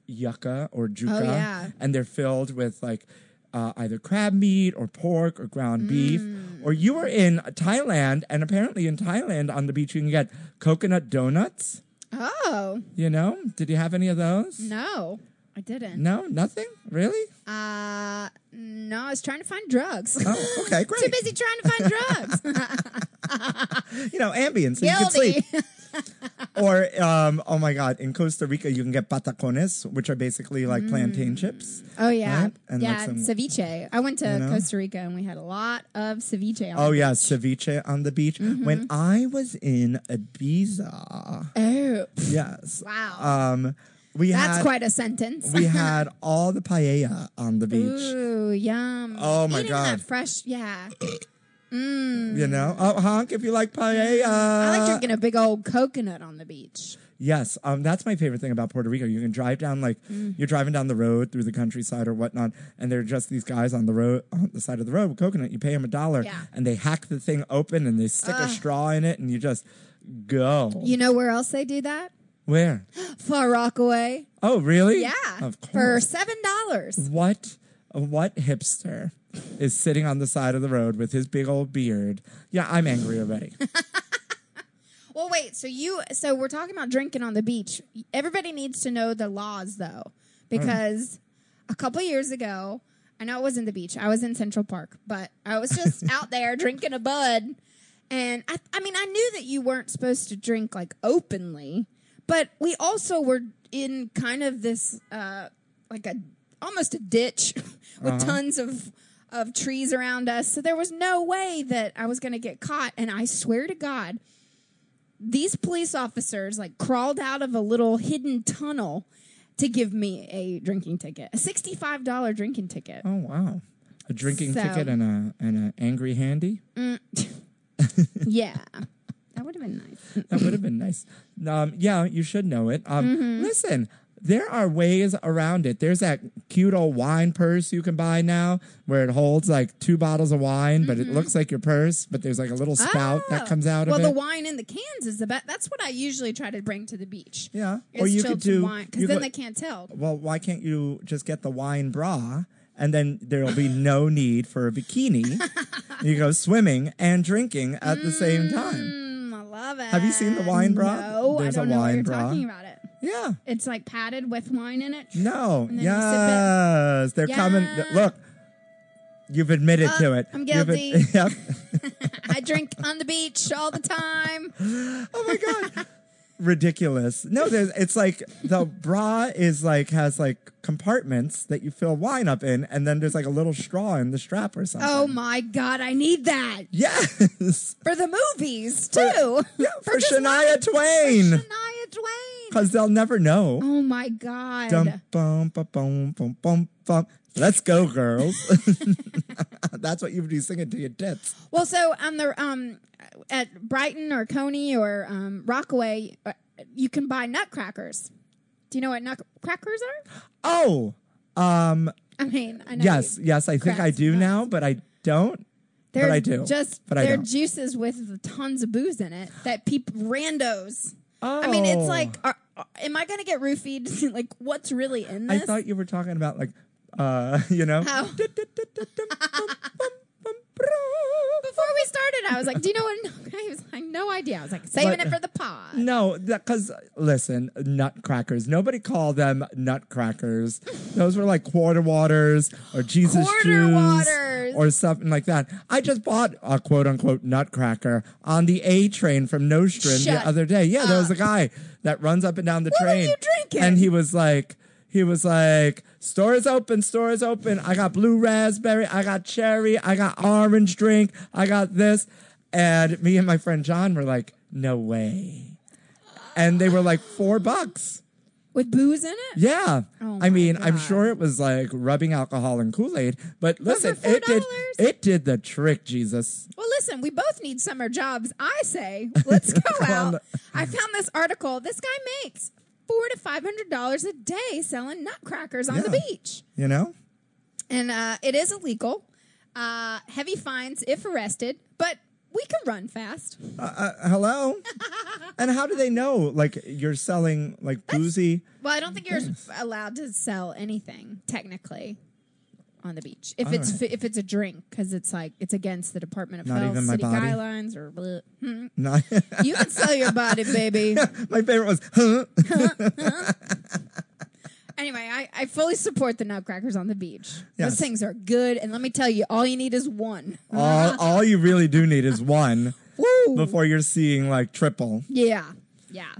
S2: yucca or juca,
S4: Oh, yeah.
S2: and they're filled with like. Uh, either crab meat or pork or ground beef,
S4: Mm.
S2: or you were in Thailand, and apparently in Thailand on the beach you can get coconut donuts.
S4: Oh
S2: You know, did you have any of those?
S4: no, I didn't.
S2: No, nothing really.
S4: Uh, no, I was trying to find
S2: <laughs>
S4: drugs. <laughs>
S2: Oh, okay, great.
S4: Too busy trying to find
S2: <laughs>
S4: drugs.
S2: You know, ambience. So you could sleep.
S4: Guilty.
S2: or um, oh my god, in Costa Rica you can get patacones, which are basically like plantain chips.
S4: <laughs> Oh yeah,
S2: Right? And, like,
S4: yeah.
S2: some-
S4: ceviche. I went to
S2: know?
S4: Costa Rica and we had a lot of ceviche. On.
S2: Oh yeah, ceviche on the beach.
S4: Mm-hmm.
S2: When I was in Ibiza,
S4: Oh,
S2: yes,
S4: wow.
S2: um, we
S4: That's
S2: had
S4: quite a sentence.
S2: <laughs>
S4: <laughs>
S2: we had all the paella on the beach.
S4: Ooh, yum.
S2: Oh, my
S4: Eating
S2: God.
S4: That fresh, yeah.
S2: You know, oh honk if you like paella.
S4: I
S2: Uh,
S4: like drinking a big old coconut on the beach.
S2: Yes, um, that's my favorite thing about Puerto Rico. You can drive down like
S4: Mm.
S2: you're driving down the road through the countryside or whatnot, and there are just these guys on the road on the side of the road with coconut. You pay them a dollar,
S4: Yeah.
S2: and they hack the thing open and they stick a straw in it, and you just go.
S4: You know where else they do that?
S2: Where?
S4: Far Rockaway.
S2: Oh, really?
S4: Yeah.
S2: of
S4: For
S2: course.
S4: seven dollars.
S2: what? What hipster is sitting on the side of the road with his big old beard? Yeah, I'm angry
S4: <laughs>
S2: already.
S4: Well, wait. So you. So we're talking about drinking on the beach. Everybody needs to know the laws, though, because a couple years ago, I know it wasn't the beach. I was in Central Park, but I was just out there drinking a bud, and I. I mean, I knew that you weren't supposed to drink like openly, but we also were in kind of this, uh, like a almost a ditch <laughs> with tons of. Of trees around us. So there was no way that I was going to get caught. And I swear to God, these police officers like crawled out of a little hidden tunnel to give me a drinking ticket, a sixty-five dollar drinking ticket.
S2: oh wow, a drinking
S4: So-
S2: ticket and a and an angry handy.
S4: Yeah, that would have been nice.
S2: That would have been nice. Um, yeah, you should know it. Um,
S4: Mm-hmm.
S2: Listen, there are ways around it. There's that cute old wine purse you can buy now where it holds like two bottles of wine, but it looks like your purse, but there's like a little spout that
S4: Mm-hmm. Oh.
S2: comes out
S4: well,
S2: of it.
S4: the wine in the cans is the best. That's what I usually try to bring to the beach.
S2: Yeah.
S4: or you could do wine because then they can't tell.
S2: well, why can't you just get the wine bra? And then there'll be no need for a
S4: <laughs>
S2: bikini. you go swimming and drinking at the same time.
S4: Mm, I love it.
S2: Have you seen the wine bra?
S4: No,
S2: There's a
S4: I don't know what
S2: wine
S4: you're
S2: bra.
S4: talking about. It.
S2: Yeah.
S4: It's like padded with wine in it.
S2: No.
S4: And then you sip it.
S2: Yes. They're coming.
S4: Yeah.
S2: Look, you've admitted to
S4: Uh,
S2: it.
S4: I'm
S2: You've ad- <laughs>
S4: guilty.
S2: yep.
S4: I drink on the beach all the time. <laughs>
S2: Oh my God. ridiculous. No, there's, it's like the bra is like has like compartments that you fill wine up in, and then there's like a little straw in the strap or something.
S4: Oh my god, I need that
S2: yes, <laughs>
S4: for the movies too.
S2: yeah, for,
S4: just
S2: Shania Twain,
S4: Shania Twain.
S2: because they'll never know.
S4: Oh my god.
S2: Dum, bum, ba, bum, bum, bum, bum. Let's go, girls. <laughs> That's what you would be singing to your tits.
S4: Well, so on the um at Brighton or Coney or um, Rockaway, uh, you can buy nutcrackers. Do you know what nutcrackers are?
S2: Oh, um,
S4: I mean, I know
S2: yes,
S4: you-
S2: yes, I think I
S4: Cracks,
S2: do
S4: nuts.
S2: now, but I don't.
S4: they're
S2: I do.
S4: Just
S2: But I
S4: they're
S2: don't.
S4: juices with tons of booze in it that people randos. I mean,
S2: Oh.
S4: it's like, are, are- am I gonna get roofied? <laughs> like, what's really in
S2: I
S4: this?
S2: thought you were talking about like, uh, <laughs> you know.
S4: <laughs> Oh. Before we started, I was like, "Do you know what?" <laughs> He was like, "No idea." I was like, "Saving
S2: But-
S4: it for the pod."
S2: No, because listen, nutcrackers. Nobody called them nutcrackers. Those were like quarter waters or Jesus
S4: Quarter
S2: Jews
S4: waters.
S2: or something like that. I just bought a quote unquote nutcracker on the A train from Nostrand
S4: Shut
S2: the other day. Yeah, there was a guy that runs up and down the
S4: were
S2: train.
S4: you drinking?
S2: And he was like, he was like, store is open, store is open. I got blue raspberry, I got cherry, I got orange drink, I got this. And me and my friend John were like, no way. And they were like four bucks.
S4: With booze in it?
S2: Yeah.
S4: Oh
S2: I
S4: my
S2: mean, I'm
S4: God.
S2: sure it was like rubbing alcohol and Kool-Aid, but listen,
S4: for
S2: it did
S4: $4?
S2: it did the trick, Jesus.
S4: Well, listen, we both need summer jobs. I
S2: <laughs>
S4: say, let's go
S2: on.
S4: out. I found this article. This guy makes four to five hundred dollars a day selling nutcrackers on the
S2: Yeah.
S4: beach,
S2: You know?
S4: and uh, it is illegal. Uh, heavy fines if arrested, but we can run fast.
S2: Uh,
S4: <laughs>
S2: hello? and how do they know like you're selling like boozy? <laughs>
S4: Well, I don't think you're allowed to sell anything technically on the beach if it's
S2: right.
S4: if it's a drink because it's like it's against the Department of
S2: Not
S4: Health
S2: even my
S4: city
S2: body?
S4: guidelines or. Bleh. Hmm.
S2: Not
S4: You can sell your
S2: <laughs>
S4: body, baby.
S2: My favorite was, huh?
S4: Anyway, I, I fully support the nutcrackers on the beach.
S2: Yes.
S4: Those things are good, and let me tell you, all you need is one. <laughs>
S2: all, all you really do need is one
S4: Woo!
S2: before you're seeing like triple.
S4: yeah, yeah.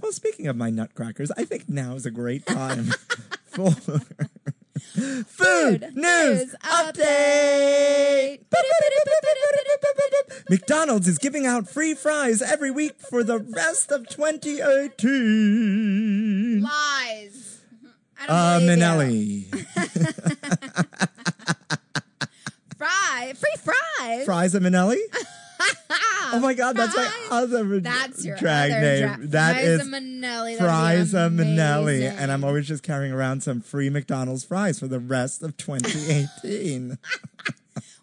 S2: Well, speaking of my nutcrackers, I think now is a great time <laughs> for food news
S4: news
S2: update. McDonald's is giving out free fries every week for the rest of 2018.
S4: Lies. I don't
S2: Uh,
S4: believe you.
S2: Minelli.
S4: Fry, free fries.
S2: Fries of
S4: <laughs>
S2: Minelli? oh my God, that's my
S4: Fries.
S2: other
S4: That's your
S2: drag
S4: other
S2: name.
S4: dra-
S2: That
S4: fries
S2: is
S4: of Manelli.
S2: fries of Minelli. And I'm always just carrying around some free McDonald's fries for the rest of 2018.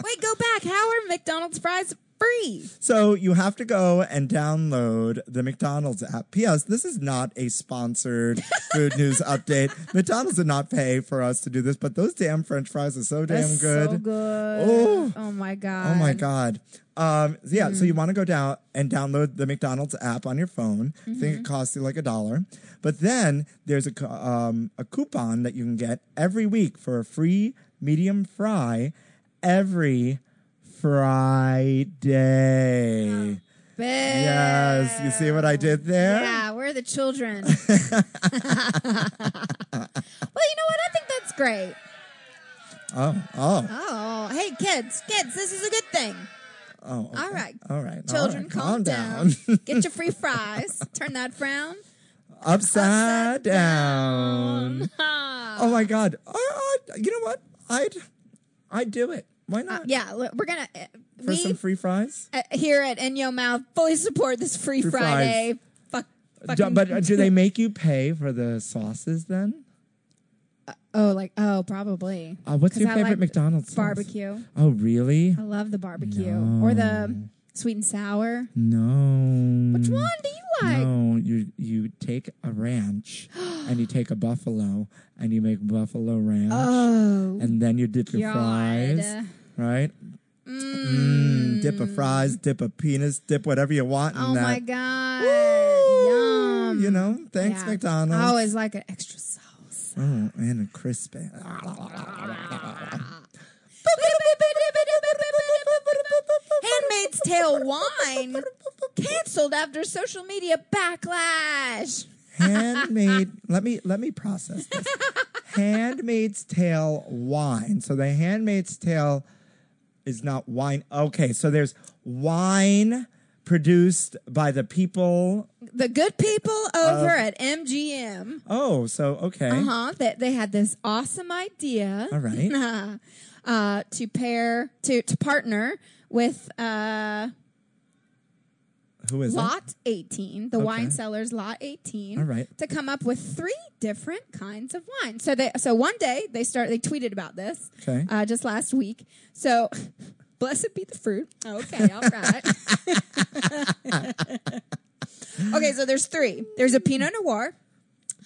S4: wait. Go back. How are McDonald's fries free?
S2: so you have to go and download the McDonald's app. P.S. This is not a sponsored food news update. McDonald's did not pay for us to do this, but those damn French fries are so damn
S4: That's
S2: good.
S4: So good.
S2: Oh.
S4: oh my god.
S2: Oh my god. Um, yeah, so
S4: Mm.
S2: you want to go down and download the McDonald's app on your phone. I think
S4: Mm-hmm.
S2: it costs you like a dollar. But then there's a co- um, a coupon that you can get every week for a free medium fry every Friday. Yes, you see what I did there?
S4: Oh, Yeah, we're the children.
S2: <laughs>
S4: <laughs> well, you know what? I think that's great.
S2: Oh, oh,
S4: Oh, hey, kids, kids, this is a good thing.
S2: oh. okay.
S4: All right.
S2: All right. all
S4: Children,
S2: right,
S4: calm, down. Get your free fries. Turn that frown.
S2: <laughs> Upside down.
S4: Ah.
S2: Oh my god! Uh, uh, you know what? I'd I'd do it. Why not?
S4: yeah, look, we're gonna uh,
S2: For
S4: we
S2: some free fries.
S4: uh, here at In Your Mouth fully support this free,
S2: Free fries.
S4: Friday. Fuck,
S2: Do-
S4: fucking-
S2: but uh, do they make you pay for the sauces then?
S4: <laughs> oh, like oh, probably.
S2: Uh, what's
S4: 'Cause
S2: your
S4: I
S2: favorite
S4: like
S2: McDonald's sauce?
S4: Barbecue.
S2: Oh really?
S4: I love the barbecue or the sweet and sour.
S2: No.
S4: Which one do you like?
S2: Hmm. No, you you take a
S4: <gasps>
S2: ranch and you take a buffalo and you make buffalo ranch
S4: Oh,
S2: and then you dip your
S4: God.
S2: fries, right? Mm, dip a fries, dip a penis, dip whatever you want in
S4: oh
S2: that.
S4: my God!
S2: Ooh,
S4: Yum.
S2: You know, thanks
S4: Yeah. I
S2: McDonald's.
S4: always like an extra sauce. <laughs>
S2: Oh, and a ah, crispy.
S4: Handmaid's Tale wine canceled after social media backlash.
S2: handmade <laughs> let me let me process this handmaid's tale wine so the handmaid's tale is not wine okay so there's wine produced by the people
S4: The good people over at MGM.
S2: oh so Uh, okay
S4: Uh huh. That they, had this awesome idea.
S2: All right.
S4: <laughs> uh, to pair to to partner with uh,
S2: who is it
S4: Lot 18, the
S2: Okay.
S4: wine cellars Lot 18,
S2: All right.
S4: to come up with three different kinds of wine. So they so one day they start they tweeted about this
S2: Okay.
S4: uh, just last week. So <laughs> blessed be the fruit. Okay, all right. <laughs> okay, so there's three. There's a Pinot Noir.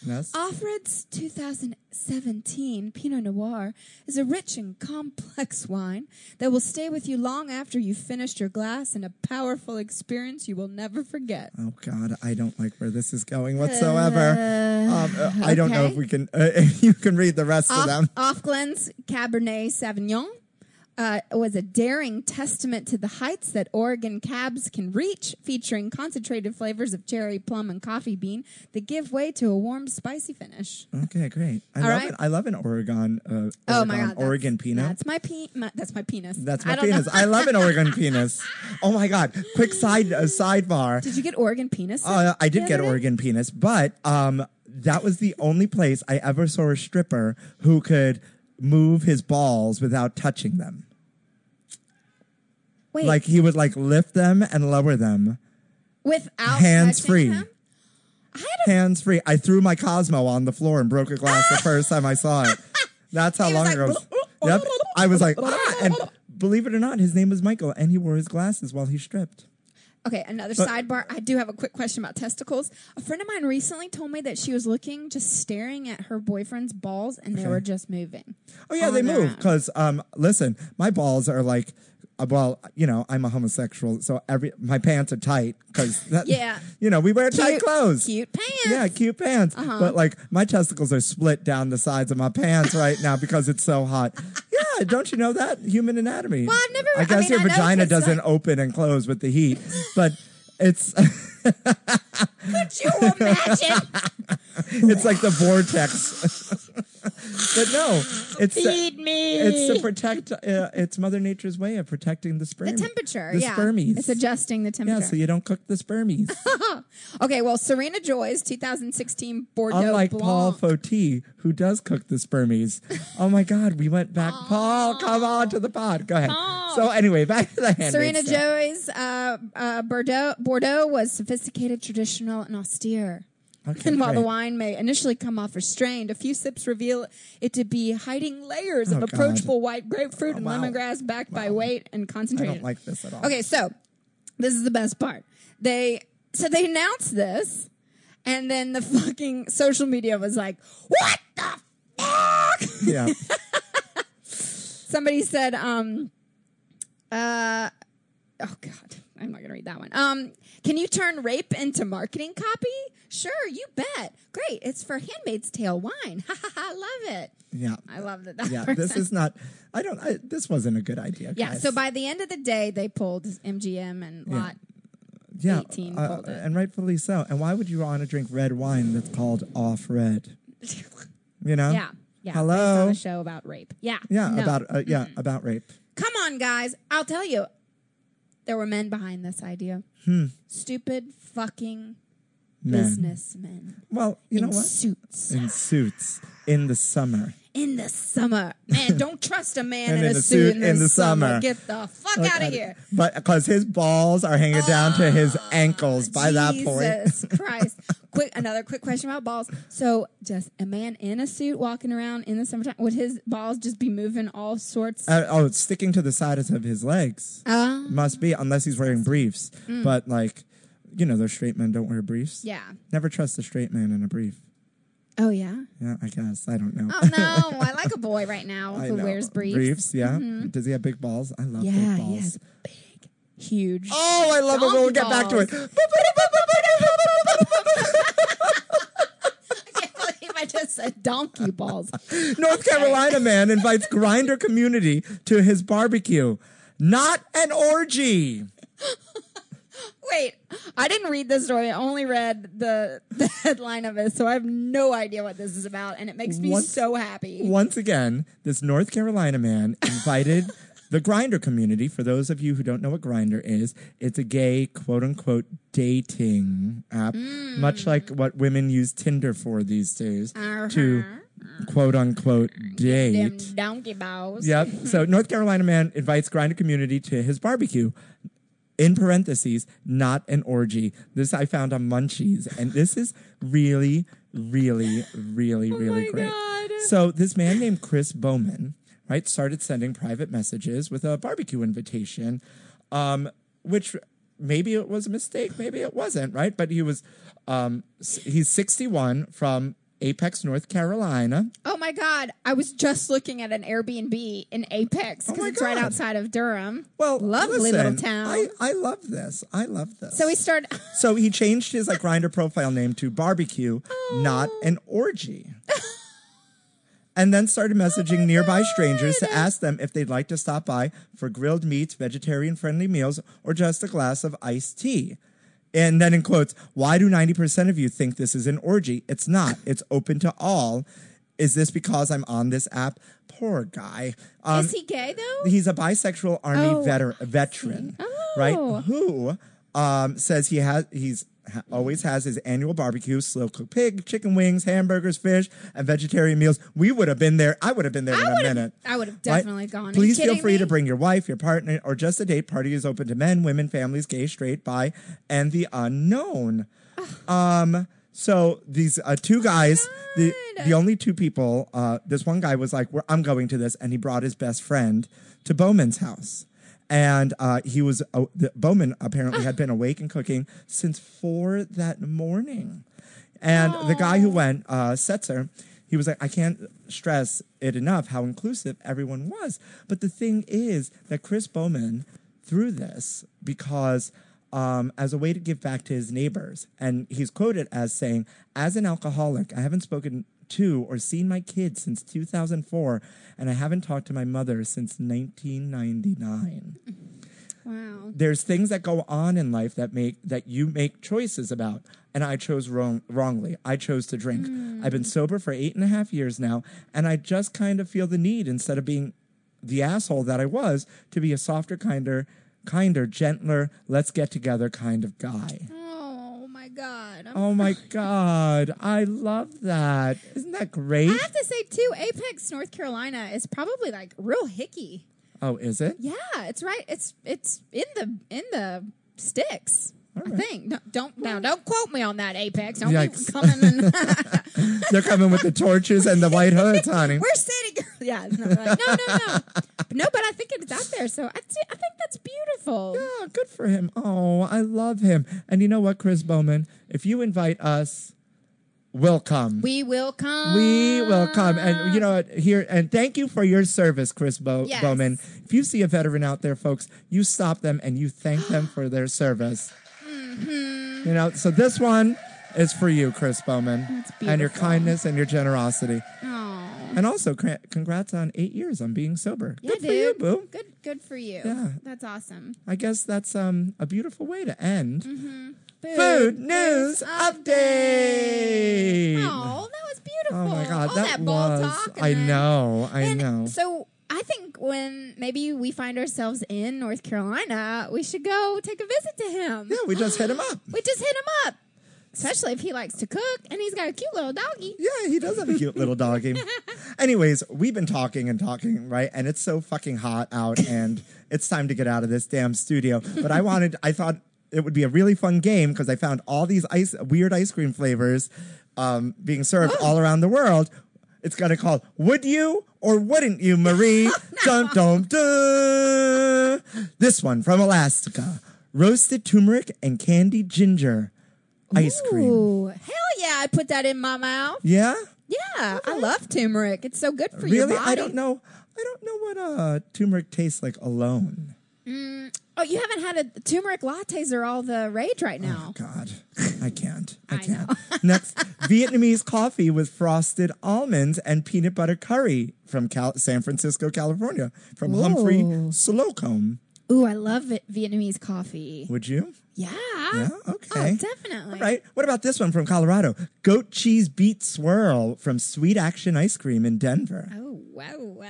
S2: yes
S4: Offred's 2017 Pinot Noir is a rich and complex <laughs> wine that will stay with you long after you've finished your glass in a powerful experience you will never forget.
S2: Oh God, I don't like where this is going whatsoever. um, uh, I don't know if
S4: Uh, okay. Uh-huh.
S2: we can. Uh, <laughs> if you can read the rest of
S4: Off,
S2: them.
S4: off Glen's Cabernet Sauvignon uh, was a daring testament to the heights that Oregon cabs can reach, featuring concentrated flavors of cherry, plum, and coffee bean that give way to a warm, spicy finish.
S2: Okay, great. I
S4: All
S2: love
S4: right.
S2: it. I love an Oregon. Uh, Oregon
S4: Oh my god, that's-
S2: Oregon peanut.
S4: That's my, pe- my that's my penis.
S2: That's
S4: I
S2: my
S4: don't know.
S2: penis. I love an
S4: <laughs>
S2: Oregon penis. Oh my God! Quick side uh, sidebar.
S4: Did you get Oregon penis?
S2: Uh, I
S4: the
S2: did get
S4: other day?
S2: Oregon penis, but um, that was the only place I ever saw a stripper who could move his balls without touching them.
S4: Wait,
S2: Like he would like lift them and lower them.
S4: without
S2: hands
S4: touching
S2: free.
S4: them?
S2: hands free. I threw my Cosmo on the floor and broke a glass the first time I saw
S4: <laughs>
S2: it. That's how
S4: He was
S2: long
S4: like,
S2: ago. it was.
S4: <laughs>
S2: Yep. I was like, "Ah," and believe it or not, his name was Michael, and he wore his glasses while he stripped.
S4: Okay, another sidebar. I do have a quick question about testicles. A friend of mine recently told me that she was looking, just staring at her boyfriend's balls, and they were just moving.
S2: Oh yeah,
S4: on
S2: they
S4: their
S2: move
S4: own.
S2: because um, listen, my balls are like. uh, Well, you know, I'm a homosexual, so every my pants are tight <laughs> because
S4: Yeah.
S2: you know, we wear tight
S4: Cute-
S2: clothes,
S4: Cute pants. Uh-huh.
S2: yeah, cute pants. But like my testicles are split down the sides of my pants right now because it's so hot. Yeah, don't you know that human anatomy?
S4: Well, I've never-
S2: I
S4: I
S2: guess
S4: mean,
S2: your
S4: I know uh,
S2: vagina
S4: 'cause, like-
S2: doesn't open and close with the heat, but it's <laughs>
S4: Could you imagine?
S2: it's like the vortex. <laughs> but no, it's
S3: Feed me.
S2: it's to protect. Uh, it's Mother Nature's way of protecting the sperm.
S4: the temperature.
S2: The
S4: yeah.
S2: spermies.
S4: It's adjusting the
S2: yeah,
S4: temperature.
S2: so you don't cook the spermies.
S4: <laughs> okay, well, Serena Joy's 2016 Bordeaux
S2: Unlike
S4: Blanc.
S2: Paul Foti, who does cook the
S4: <laughs>
S2: spermies. Oh my God, we went back. Paul, come on to the pod. Go ahead.
S3: Paul.
S2: So anyway, back to the hand.
S4: Serena Joy's uh, uh, Bordeaux, Bordeaux was sophisticated, traditional, and austere.
S2: Okay,
S4: and while the
S2: great.
S4: wine may initially come off restrained, a few sips reveal it to be hiding layers
S2: Oh,
S4: of
S2: God. Oh,
S4: approachable white grapefruit and
S2: wow.
S4: lemongrass backed by weight and
S2: I
S4: concentration.
S2: don't like this at all.
S4: Okay, so this is the best part. They so they announced this, and then the <laughs> fucking social media was like, "What the fuck?" <laughs>
S2: Yeah.
S4: somebody said um uh oh god i'm not gonna read that one um can you turn rape into marketing copy sure you bet great it's for handmaid's tale wine <laughs> ha ha ha love it
S2: Yeah.
S4: i love that, that
S2: Yeah.
S4: <laughs> person.
S2: This is not, I don't, I, this wasn't a good idea.
S4: yeah
S2: guys.
S4: so by the end of the day they pulled mgm and lot
S2: yeah,
S4: 18
S2: uh,
S4: pulled it.
S2: and rightfully so. And why would you want to drink red wine that's called off
S4: <laughs>
S2: red? You know?
S4: yeah yeah based on
S2: Hello?
S4: a show about rape yeah
S2: Yeah,
S4: No.
S2: about, uh, yeah, about rape.
S4: come on guys i'll tell you there were men behind this idea stupid fucking
S2: Hmm. Men.
S4: businessmen
S2: Well, you know
S4: in
S2: what?
S4: suits
S2: in suits in the summer.
S4: in the summer. Man, don't trust a man
S2: And
S4: in, a suit, in, the summer.
S2: summer.
S4: Get the fuck out of here. Ah,
S2: But because his balls are hanging down to his ankles by that point. <laughs>
S4: Jesus Christ. Quick, another quick question about balls. So, just a man in a suit walking around in the summertime, would his balls just be moving all sorts?
S2: Uh, oh, it's sticking to the sides of his legs.
S4: Uh,
S2: Must be, unless he's wearing briefs. But, like, you know, those straight men don't wear briefs.
S4: Mm. yeah.
S2: Never trust a straight man in a brief. <laughs>
S4: Oh, yeah.
S2: Yeah, I guess. I don't know. <laughs>
S4: Oh, no. I like a boy right now
S2: I
S4: who
S2: know.
S4: wears briefs. Mm-hmm.
S2: Briefs, yeah. Does he have big balls? I love
S4: Yeah,
S2: big
S4: he
S2: balls.
S4: has big, huge.
S2: Oh, I love it. We'll
S4: Donkey
S2: get back to
S4: balls. <laughs>
S2: it.
S4: I can't believe I just said donkey balls.
S2: North Carolina man invites grinder community to his barbecue. Not an orgy.
S4: wait. I didn't read this story. I only read the, the headline of it, so I have no idea what this is about, and it makes me
S2: Once-
S4: so happy.
S2: Once again, this North Carolina man
S4: <laughs>
S2: invited the grinder community. For those of you who don't know what grinder is, it's a gay quote unquote dating app,
S4: Hmm.
S2: much like what women use Tinder for these days to quote unquote date.
S4: Uh-huh. Them donkey bows.
S2: Yep. So North Carolina man invites grinder community to his barbecue. In parentheses, not an orgy. This I found on Munchies, and this is really, really, really, really
S4: Oh my
S2: great.
S4: God.
S2: So this man named Chris Bowman, right, started sending private messages with a barbecue invitation, um, which maybe it was a mistake, maybe it wasn't, right? But he was, um, s- he's 61 from Apex, North Carolina.
S4: Oh my God. I was just looking at an Airbnb in Apex because
S2: Oh my
S4: it's right
S2: God.
S4: outside of Durham.
S2: Well,
S4: lovely
S2: listen,
S4: little town.
S2: I, I love this. I love this.
S4: so we started. <laughs>
S2: So he changed his like grinder profile name to barbecue, not
S4: Oh.
S2: an orgy. <laughs> and then started
S4: Oh
S2: messaging nearby strangers to ask them if they'd like to stop by for grilled meats, vegetarian friendly meals, or just a glass of iced tea. And then in quotes, why do 90% of you think this is an orgy? It's not. It's open to all. Is this because I'm on this app? Poor guy. Um,
S4: is he gay though?
S2: he's a bisexual army
S4: Oh,
S2: veter- veteran,
S4: Oh.
S2: right? Who um, says he has he's ha- always has his annual barbecue, slow cooked pig, chicken wings, hamburgers, fish, and vegetarian meals. We would have been there. I would have been there in a
S4: would've-
S2: minute.
S4: I would have
S2: Right?
S4: definitely gone. Are you
S2: Please feel
S4: kidding
S2: free
S4: me?
S2: to bring your wife, your partner, or just a date party is open to men, women, families, gay, straight, bi, and the unknown. um, so these uh, two guys, the the only two people, uh, this one guy was like, well, "I'm going to this," and he brought his best friend to Bowman's house. And uh, he was uh, the, Bowman apparently had been awake and cooking since four that morning. And the guy who went, uh, Setzer, he was like, I can't stress it enough how inclusive everyone was. But the thing is that Chris Bowman threw this because, um, as a way to give back to his neighbors, and he's quoted as saying, As an alcoholic, I haven't spoken to or seen my kids since 2004, and I haven't talked to my mother since 1999
S4: Wow.
S2: there's things that go on in life that make that you make choices about and i chose wrong wrongly i chose to drink i've been sober for eight and a half years now and i just kind of feel the need instead of being the asshole that i was to be a softer kinder kinder gentler let's get together kind of guy
S4: Oh my God. I'm
S2: oh my god i love that isn't that great
S4: I have to say too, Apex, North Carolina is probably like real hickey.
S2: oh is it
S4: Yeah, it's right. It's it's in the in the sticks. I think. No, don't now. Don't quote me on that, Apex. Don't
S2: Yikes.
S4: be coming. And,
S2: <laughs>
S4: <laughs>
S2: they're coming with the torches and the white hoods honey
S4: we're sitting. <laughs> Yeah. No, like, no, no,
S2: <laughs>
S4: no. But no, but I think it's out there. So I, thi- I think that's beautiful.
S2: Oh, good for him. Oh, I love him. And you know what, Chris Bowman? If you invite us, we'll come.
S4: We will come.
S2: We will come. And you know what? Here and thank you for your service, Chris Bo-
S4: Yes.
S2: Bowman. If you see a veteran out there, folks, you stop them and you thank them for their service.
S4: Mm-hmm.
S2: You know, so this one is for you, Chris Bowman, and your
S4: beautiful.
S2: kindness and your generosity,
S4: Aw.
S2: and also cra- congrats on eight years on being sober.
S4: Yeah,
S2: good
S4: dude.
S2: for you, boo.
S4: Good, good for you.
S2: Yeah.
S4: That's awesome.
S2: I guess that's um a beautiful way to end.
S4: Mm-hmm. Food.
S2: Food news update.
S4: Oh, that was beautiful.
S2: Oh my god,
S4: All
S2: that,
S4: that, ball
S2: was.
S4: talk. and
S2: I
S4: then-
S2: know. I
S4: And
S2: know.
S4: So I think when maybe we find ourselves in North Carolina, we should go take a visit to him.
S2: yeah, we just hit him up.
S4: We just hit him up, especially if he likes to cook and he's got a cute little doggy.
S2: Yeah, he does have a cute little doggy. Anyways, we've been talking and talking, right? And it's so fucking hot out, and it's time to get out of this damn studio. But I wanted, I thought it would be a really fun game because I found all these ice, weird ice cream flavors um, being served all around the world. It's gonna call Would You or Wouldn't You, Marie? dum dum dum. This one from Alaska roasted turmeric and candied ginger ice cream.
S4: Ooh, hell yeah! I put that in my mouth.
S2: Yeah?
S4: Yeah, I love turmeric. It's so good for your
S2: Really,
S4: body.
S2: I don't know. I don't know what uh, turmeric tastes like alone.
S4: Oh, you haven't had a turmeric lattes are all the rage
S2: Oh
S4: right now.
S2: God, I can't. I,
S4: I
S2: can't.
S4: <laughs>
S2: Next, Vietnamese coffee with frosted almonds and peanut butter curry from Cal- San Francisco, California, from Humphrey
S4: Ooh.
S2: Slocum.
S4: Ooh, I love Vi- Vietnamese coffee.
S2: Would you?
S4: Yeah.
S2: Yeah, okay.
S4: Oh, definitely.
S2: All right. What about this one from Colorado? Goat cheese beet swirl from Sweet Action Ice Cream in Denver.
S4: Oh, wow. wow.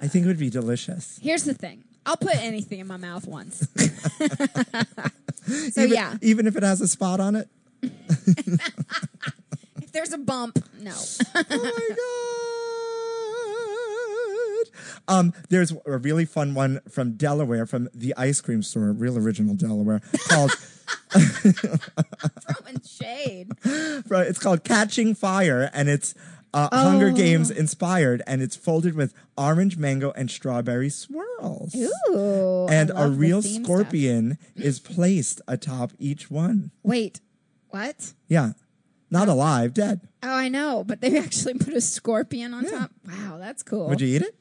S2: I think it would be delicious.
S4: Here's the thing. I'll put anything in my mouth <laughs> once. so
S2: even,
S4: yeah,
S2: Even if it has a spot on it.
S4: if there's a bump, no.
S2: Oh my god. Um, there's a really fun one from Delaware, from the ice cream store, real original Delaware, called <laughs>
S4: Throwing shade.
S2: Right, it's called Catching Fire, and it's uh, Hunger
S4: Oh.
S2: Games inspired, and it's folded with orange mango and strawberry swirls.
S4: Ooh. I
S2: and a
S4: love the
S2: real
S4: theme stuff.
S2: scorpion is placed atop each one.
S4: Wait, what?
S2: Yeah, not alive, dead.
S4: Oh, I know, but they <laughs> actually put a scorpion on top. Wow, that's cool.
S2: Would you eat it?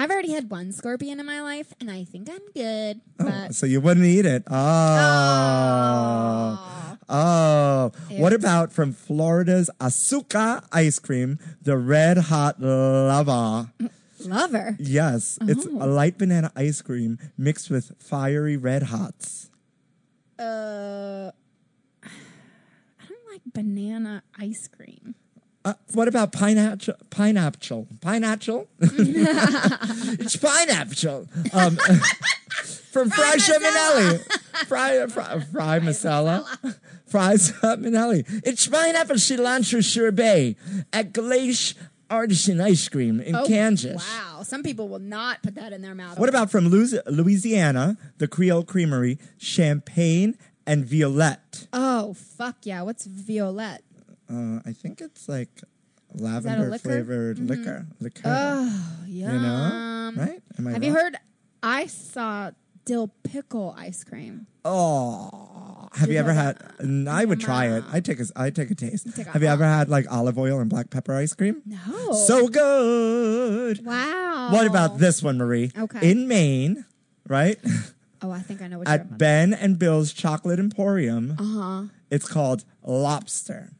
S4: I've already had one scorpion in my life, and I think I'm good. But
S2: So you wouldn't eat it. Oh.
S4: Aw.
S2: Oh, what
S4: Ew.
S2: about from Florida's Asuka ice cream, the red hot lava?
S4: lover.
S2: Yes, it's a light banana ice cream mixed with fiery red hots.
S4: Uh, <sighs> I don't like banana ice cream.
S2: Uh, what about pineapple? Pineapple? Pineapple?
S4: <laughs>
S2: <laughs> it's pineapple. Um, <laughs> from Fry
S4: <laughs>
S2: Minelli. Fry, fry, fry masala. <laughs> Fry Minelli. It's pineapple cilantro sorbet at Glacier Artisan Ice Cream in
S4: Oh,
S2: Kansas.
S4: Wow, some people will not put that in their mouth.
S2: What about from Lu- Louisiana, the Creole Creamery, champagne and violette?
S4: Oh fuck yeah! What's
S2: <sighs>
S4: Violette?
S2: Uh, I think it's like lavender
S4: liquor? Mm-hmm.
S2: flavored liquor. Liquor.
S4: Oh yeah.
S2: you know? Right? Am I
S4: Have you
S2: wrong?
S4: heard? I saw dill pickle ice cream.
S2: Oh. Have you
S4: You
S2: ever
S4: have
S2: had? n- I would try it. I take a. I take a taste.
S4: Take a-
S2: Have you ever had like olive oil and black pepper ice cream?
S4: No.
S2: So good.
S4: wow.
S2: What about this one, Marie?
S4: Okay.
S2: In Maine,
S4: <laughs>
S2: right <laughs>
S4: Oh, I think I know what you're.
S2: at Ben and Bill's Chocolate Emporium.
S4: Uh huh.
S2: It's called lobster.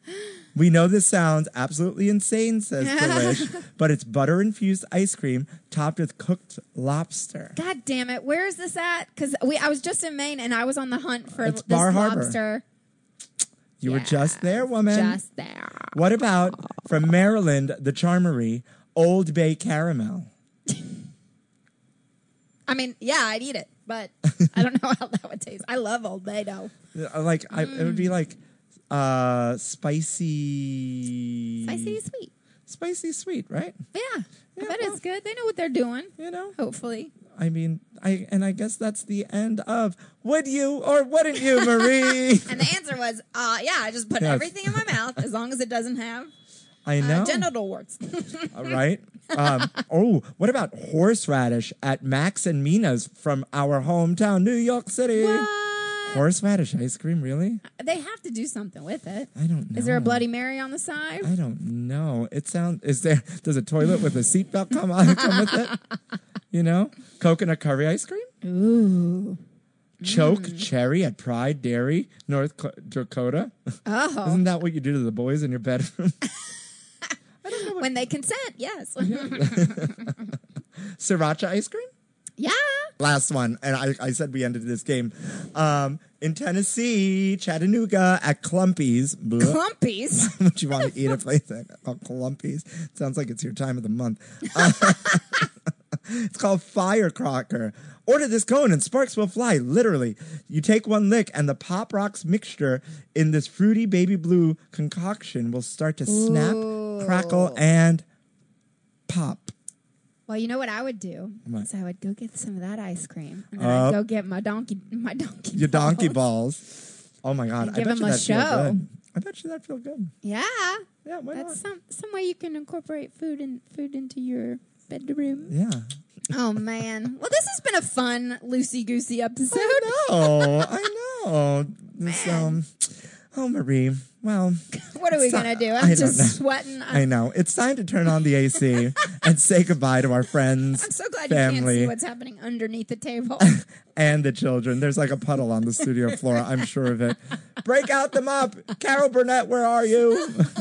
S2: We know this sounds absolutely insane,
S4: <laughs>
S2: says Delish, but it's butter infused ice cream topped with cooked lobster.
S4: God damn it! Where is this at? Because we I was just in Maine and I was on the hunt for
S2: It's
S4: this
S2: Bar Harbor.
S4: lobster.
S2: You were just there, woman.
S4: Just there.
S2: What about from Maryland, the Charmery, Old Bay Caramel?
S4: I mean, yeah, I'd eat it,
S2: <laughs>
S4: but I don't know how that would taste. I love Old Bay though.
S2: Uh, Like I, it would be like uh spicy
S4: Spicy sweet.
S2: spicy sweet, right?
S4: Yeah,
S2: Mm. Yeah,
S4: I bet
S2: well.
S4: it's good. They know what they're doing.
S2: You know?
S4: Hopefully.
S2: I mean I and I guess that's the end of Would you or wouldn't you, Marie?
S4: And the answer was, uh, yeah, I just put
S2: Yes.
S4: everything in my mouth as long as it doesn't have
S2: I know.
S4: uh,
S2: <laughs>
S4: genital warts.
S2: All right. Um, oh, what about horseradish at Max and Mina's from our hometown, New York City?
S4: What?
S2: Horseradish ice cream, really?
S4: They have to do something with it.
S2: I don't know.
S4: Is there a Bloody Mary on the side?
S2: I don't know. It sounds. Is there? Does a toilet with a seatbelt come on come with it? You know, coconut curry ice cream.
S4: Ooh. Mm.
S2: Choke cherry at Pride Dairy, North Co- Dakota.
S4: Oh.
S2: <laughs> Isn't that what you do to the boys in your bedroom? <laughs>
S4: When they consent, yes.
S2: Mm-hmm. Sriracha ice cream.
S4: <laughs> yeah.
S2: last one, and I, I said we ended this game. Um, in Tennessee, Chattanooga at Clumpy's. Blah. <laughs>
S4: Clumpies.
S2: Would you want to eat a place called Clumpy's? Sounds like it's your time of the month. <laughs> Uh, it's called Firecracker. Order this cone and sparks will fly. Literally, you take one lick and the pop rocks mixture in this fruity baby blue concoction will start to snap, crackle, and
S4: <laughs>
S2: pop.
S4: Well, you know what I would do?
S2: What?
S4: Is I would go get some of that ice cream, and then
S2: Uh,
S4: I'd go get my donkey, my donkey,
S2: your donkey
S4: balls.
S2: balls. Oh my god!
S4: And
S2: I
S4: give
S2: bet
S4: him
S2: you
S4: a
S2: that
S4: show.
S2: Feel good. I bet you that feel good.
S4: <laughs> Yeah,
S2: Yeah, why
S4: that's
S2: not?
S4: some some way you can incorporate food and food into your
S2: <laughs>
S4: bedroom.
S2: Yeah.
S4: oh man, well, this has been a fun loosey goosey episode.
S2: Oh, I know. This, um, oh, Marie. Well,
S4: What are we
S2: So-
S4: gonna do?
S2: I
S4: I'm
S2: don't know.
S4: just sweating.
S2: I
S4: I'm,
S2: know it's time to turn on the
S4: <laughs>
S2: AC and say goodbye to our friends,
S4: I'm so glad you can't
S2: family,
S4: see what's happening underneath the
S2: <laughs>
S4: table. Oh,
S2: and the children. There's like a puddle on the studio floor. I'm sure of it. Break out them up, Carol Burnett. Where are you?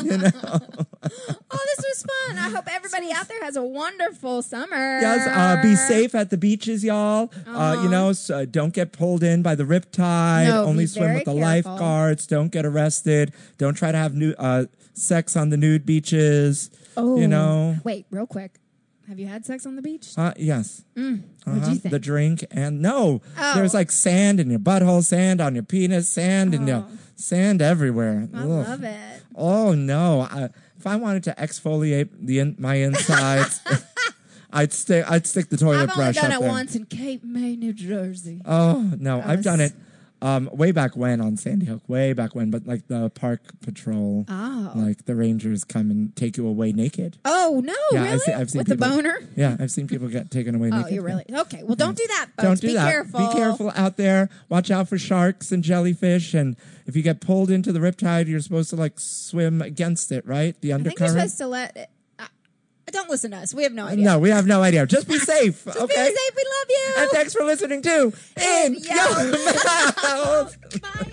S2: you know.
S4: oh, this was was fun. I hope everybody out there has a wonderful summer.
S2: Yes, uh, be safe at the beaches, y'all. Uh, you know, so don't get pulled in by the riptide.
S4: No, be
S2: Only swim
S4: very
S2: with the
S4: careful.
S2: lifeguards. Don't get arrested. Don't try to have new uh, sex on the nude beaches.
S4: Oh,
S2: You know?
S4: Wait, real quick. Have you had sex on the beach?
S2: Uh, yes.
S4: Mm, What'd
S2: Uh-huh.
S4: you think?
S2: The drink and no,
S4: Oh.
S2: there's like sand in your butthole, sand on your penis, sand in your
S4: Oh.
S2: sand everywhere.
S4: I
S2: Ugh.
S4: love it.
S2: Oh no! I, if I wanted to exfoliate the in, my
S4: <laughs>
S2: insides, I'd stick I'd stick the toilet
S4: I've only
S2: brush
S4: done
S2: up
S4: it
S2: there.
S4: once in Cape May, New Jersey.
S2: Oh no, I've done
S4: was-
S2: it um, way back when on Sandy Hook, way back when, but like the park patrol,
S4: Oh.
S2: like the rangers come and take you away naked.
S4: Oh no,
S2: Yeah,
S4: really?
S2: I've seen, I've seen
S4: With
S2: people,
S4: the boner?
S2: Yeah, I've seen people get taken away
S4: Oh,
S2: naked.
S4: you really? Okay. Well, don't do that. Folks.
S2: Don't do
S4: Oh, Be
S2: that.
S4: Careful.
S2: Be careful out there. Watch out for sharks and jellyfish. And if you get pulled into the riptide, you're supposed to like swim against it, right? The
S4: I think you're
S2: undercurrent. Uh,
S4: supposed to let. It, uh, don't listen to us. We have no idea.
S2: No, we have no idea. Just
S4: <laughs>
S2: be safe.
S4: Be
S2: okay.
S4: safe. We love you.
S2: And thanks for listening to In
S4: Yo
S2: Your <laughs> Mouth.
S4: Bye.